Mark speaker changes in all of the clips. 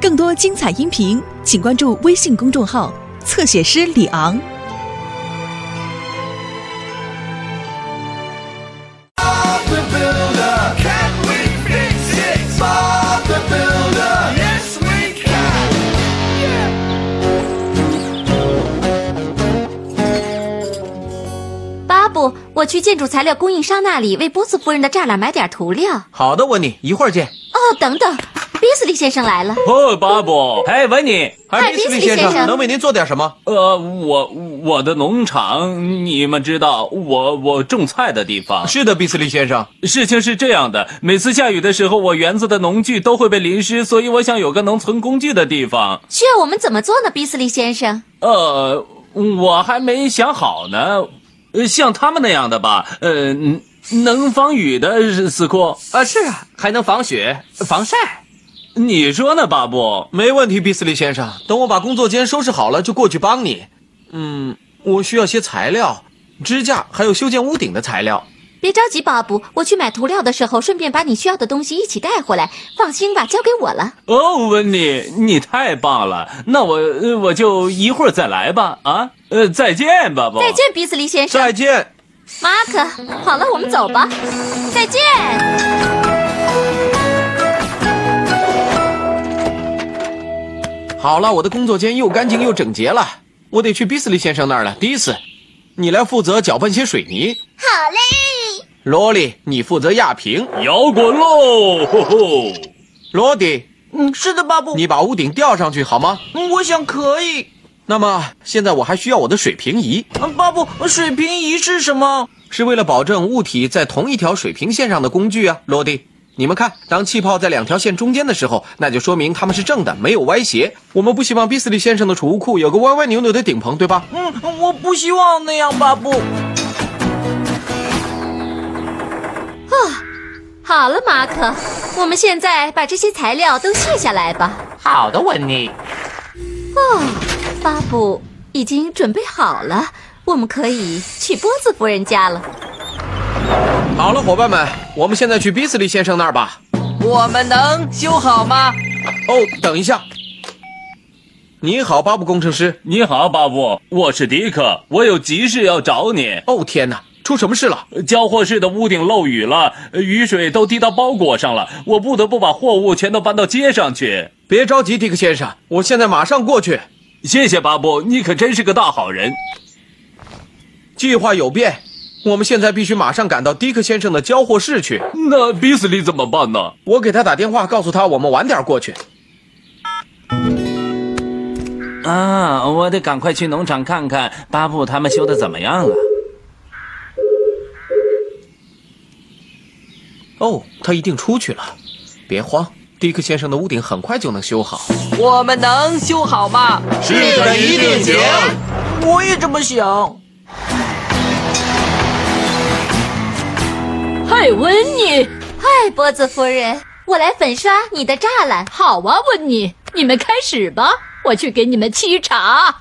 Speaker 1: 更多精彩音频，请关注微信公众号“侧写师李昂”。
Speaker 2: Bob the Builder. Can we fix it? Bob the Builder. Yes, we can.
Speaker 3: 巴布，我去建筑材料供应商那里为波斯夫人的栅栏买点涂料。
Speaker 4: 好的，温妮，一会儿见。
Speaker 3: 哦，等等，比斯利先生来了。
Speaker 5: 哦，巴布，哎，文尼，
Speaker 3: 嗨
Speaker 4: 比斯利
Speaker 3: 比斯利先生
Speaker 4: 能为您做点什么？
Speaker 5: 呃，我我的农场，你们知道我我种菜的地方。
Speaker 4: 是的，比斯利先生。
Speaker 5: 事情是这样的，每次下雨的时候，我园子的农具都会被淋湿，所以我想有个能存工具的地方。
Speaker 3: 需要我们怎么做呢，比斯利先生？
Speaker 5: 呃，我还没想好呢，呃像他们那样的吧，呃，嗯能防雨的死库，
Speaker 6: 啊，是啊，还能防雪、防晒。
Speaker 5: 你说呢，巴布？
Speaker 4: 没问题，比斯利先生。等我把工作间收拾好了，就过去帮你。嗯，我需要些材料，支架，还有修建屋顶的材料。
Speaker 3: 别着急，巴布，我去买涂料的时候顺便把你需要的东西一起带回来。放心吧，交给我了。
Speaker 5: 哦，温妮，你太棒了！那我呃我就一会儿再来吧。啊，呃，再见，巴布。
Speaker 3: 再见，比斯利先
Speaker 6: 啊
Speaker 3: 生。
Speaker 4: 再见。
Speaker 3: 马可，好了，我们走吧。再见。
Speaker 4: 好了，我的工作间又干净又整洁了。我得去比斯利先生那儿了。迪斯，你来负责搅拌些水泥。
Speaker 3: 好嘞。
Speaker 4: 罗莉，你负责压平。
Speaker 5: 摇滚喽！吼吼！
Speaker 4: 罗迪，
Speaker 6: 嗯，是的，巴布。
Speaker 4: 你把屋顶吊上去好吗？
Speaker 6: 嗯我想可以。
Speaker 4: 那么现在我还需要我的水平仪，
Speaker 6: 嗯巴布，水平仪是什么？
Speaker 4: 是为了保证物体在同一条水平线上的工具啊，罗迪。你们看，当气泡在两条线中间的时候，那就说明它们是正的，没有歪斜。我们不希望比斯利先生的储物库有个歪歪扭扭的顶棚，对吧？
Speaker 6: 嗯，我不希望那样，巴布。
Speaker 3: 好了，马可，我们现在把这些材料都卸下来吧。哦
Speaker 6: 好的，文尼。
Speaker 3: 巴布已经准备好了，我们可以去波斯夫人家了。
Speaker 4: 好了，伙伴们，我们现在去比斯利先生那儿吧。
Speaker 6: 我们能修好吗？
Speaker 4: 哦，等一下。你好，巴布工程师。
Speaker 5: 你好，巴布，我是迪克，我有急事要找你。
Speaker 4: 哦天哪，出什么事了？
Speaker 5: 交货室的屋顶漏雨了，呃雨水都滴到包裹上了，我不得不把货物全都搬到街上去。
Speaker 4: 别着急，迪克先生，我现在马上过去。
Speaker 5: 谢谢巴布，你可真是个大好人。
Speaker 4: 计划有变，我们现在必须马上赶到迪克先生的交货室去。
Speaker 5: 那比斯利怎么办呢？
Speaker 4: 我给他打电话，告诉他我们晚点过去。
Speaker 5: 啊，我得赶快去农场看看巴布他们修的怎么样了。
Speaker 4: 哦，他一定出去了，别慌，迪克先生的屋顶很快就能修好。
Speaker 6: 我们能修好吗？
Speaker 4: 是的，一定行。
Speaker 6: 我也这么想。
Speaker 7: 嗨，温妮，
Speaker 3: 嗨，波子夫人，我来粉刷你的栅栏。
Speaker 7: 好啊，温妮，你们开始吧，我去给你们沏茶。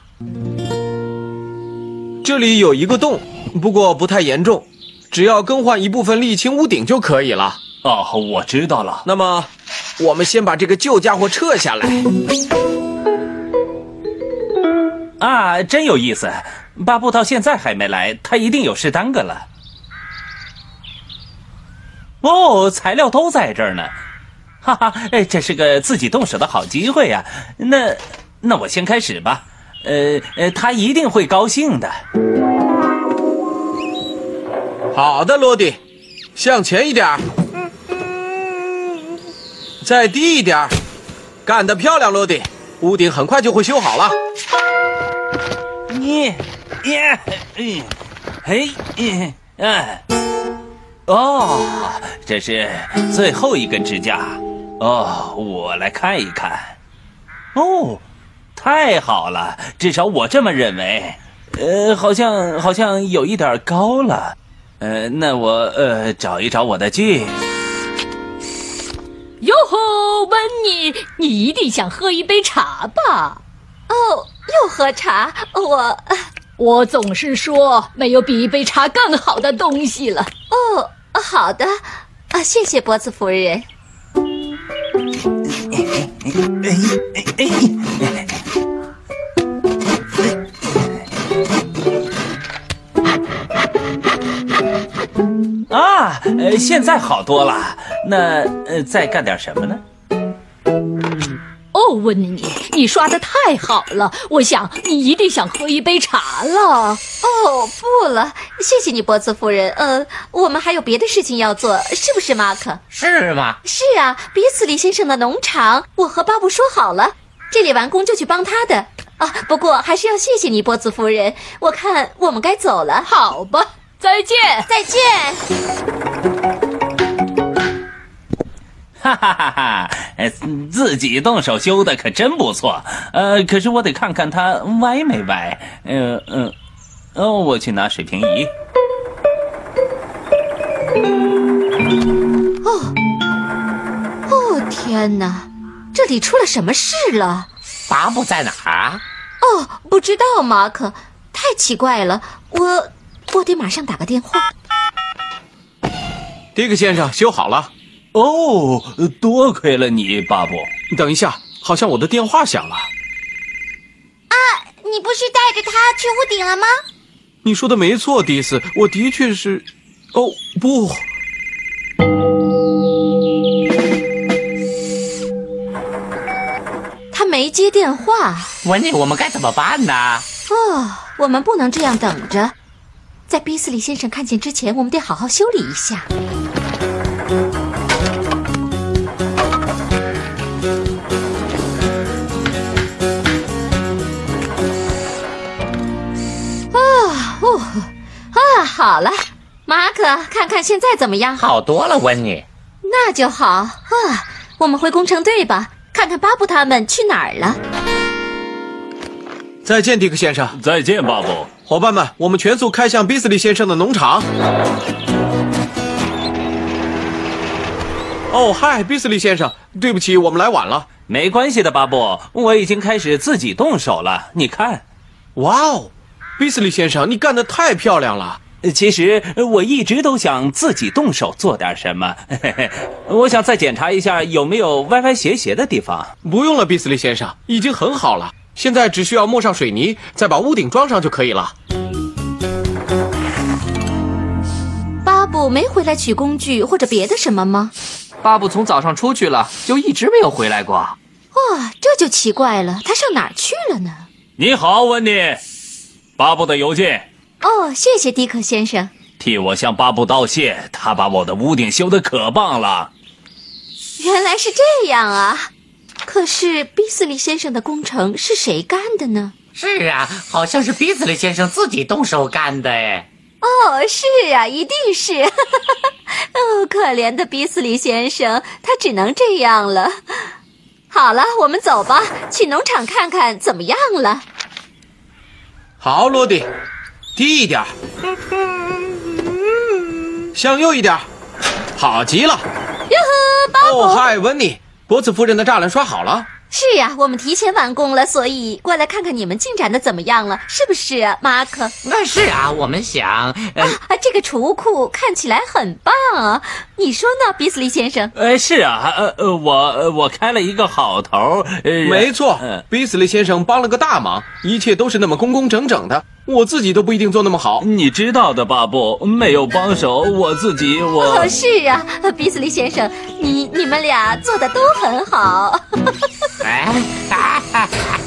Speaker 4: 这里有一个洞，不过不太严重，只要更换一部分沥青屋顶就可以了。
Speaker 5: 哦，我知道了。
Speaker 4: 那么，我们先把这个旧家伙撤下来。
Speaker 5: 啊，真有意思。巴布到现在还没来，他一定有事耽搁了。哦，材料都在这儿呢，哈哈，哎，这是个自己动手的好机会呀、那，那我先开始吧。呃呃，他一定会高兴的。
Speaker 4: 好的，罗迪，向前一点儿，再低一点儿，干得漂亮，罗迪，屋顶很快就会修好了。
Speaker 5: 你，耶，嗯，嘿，嗯，哎，哦，这是最后一根支架。哦，我来看一看。哦，太好了，至少我这么认为。呃，好像好像有一点高了。呃，那我呃找一找我的剧。
Speaker 7: 哟吼，温妮，你一定想喝一杯茶吧？
Speaker 3: 哦，又喝茶，我
Speaker 7: 我总是说，没有比一杯茶更好的东西了。
Speaker 3: 哦，好的，啊，谢谢波子夫人。
Speaker 5: 呃，现在好多了。那呃，再干点什么呢？
Speaker 7: 哦，温妮，你刷的太好了，我想你一定想喝一杯茶了。
Speaker 3: 哦，不了，谢谢你，波兹夫人。呃，我们还有别的事情要做，是不是，马克？
Speaker 8: 是吗？
Speaker 3: 是啊，比斯利先生的农场，我和巴布说好了，这里完工就去帮他的。啊，不过还是要谢谢你，波兹夫人。我看我们该走了，
Speaker 7: 好吧，再见。
Speaker 3: 再见。
Speaker 5: 哈哈哈哈！呃，自己动手修的可真不错。呃，可是我得看看它歪没歪。呃呃，哦，我去拿水平仪。
Speaker 3: 哦，天哪，这里出了什么事了？
Speaker 8: 巴布在哪儿啊？
Speaker 3: 哦，不知道，马克，太奇怪了。我，我得马上打个电话。
Speaker 4: 迪克先生修好了。
Speaker 5: 哦，多亏了你，巴布。
Speaker 4: 等一下，好像我的电话响了。
Speaker 3: 你不是带着他去屋顶了吗？
Speaker 4: 你说的没错，迪斯，我的确是。哦，不，
Speaker 3: 他没接电话。
Speaker 8: 文妮，我们该怎么办呢？
Speaker 3: 哦，我们不能这样等着，在比斯利先生看见之前，我们得好好修理一下。啊哦啊，好了，马可，看看现在怎么样？
Speaker 8: 好多了，文妮。
Speaker 3: 那就好啊，我们回工程队吧，看看巴布他们去哪儿了。
Speaker 4: 再见，迪克先生。
Speaker 5: 再见，巴布。
Speaker 4: 伙伴们，我们全速开向比斯利先生的农场。哦，嗨，比斯利先生，对不起，我们来晚了。
Speaker 5: 没关系的，巴布，我已经开始自己动手了。你看，
Speaker 4: 哇哦，比斯利先生，你干得太漂亮了。
Speaker 5: 呃其实我一直都想自己动手做点什么。 嘿嘿，我想再检查一下有没有歪歪斜斜的地方。
Speaker 4: 不用了，比斯利先生，已经很好了。现在只需要抹上水泥，再把屋顶装上就可以了。
Speaker 3: 巴布没回来取工具或者别的什么吗？
Speaker 6: 巴布从早上出去了，就一直没有回来过。
Speaker 3: 哇，哦这就奇怪了，他上哪儿去了呢？
Speaker 5: 你好，温妮。巴布的邮件
Speaker 3: 哦，谢谢迪克先生。
Speaker 5: 替我向巴布道谢，他把我的屋顶修得可棒了。
Speaker 3: 原来是这样啊！可是比斯利先生的工程是谁干的呢？
Speaker 8: 是啊，好像是比斯利先生自己动手干的哎。
Speaker 3: 哦，是啊，一定是。 哦，可怜的比斯利先生，他只能这样了。好了，我们走吧，去农场看看怎么样了。
Speaker 4: 好，罗迪，低一点儿，向右一点儿，好极了。
Speaker 3: 哟呵，巴布、
Speaker 4: 哦，嗨，温妮，博茨夫人的栅栏刷好了。
Speaker 3: 是呀、我们提前完工了，所以过来看看你们进展的怎么样了，是不是、啊，马可？
Speaker 8: 那是啊，我们想，呃，
Speaker 3: 啊，这个储物库看起来很棒啊，你说呢，比斯利先生？
Speaker 5: 呃，是啊，呃呃，我呃我开了一个好头，呃，
Speaker 4: 没错
Speaker 5: 嗯，
Speaker 4: 比斯利先生帮了个大忙，一切都是那么工工整整的，我自己都不一定做那么好。
Speaker 5: 你知道的，巴布，没有帮手，我自己 我
Speaker 3: 哦，是啊，比斯利先生，你你们俩做的都很好。
Speaker 8: 哎，哈哈哈哈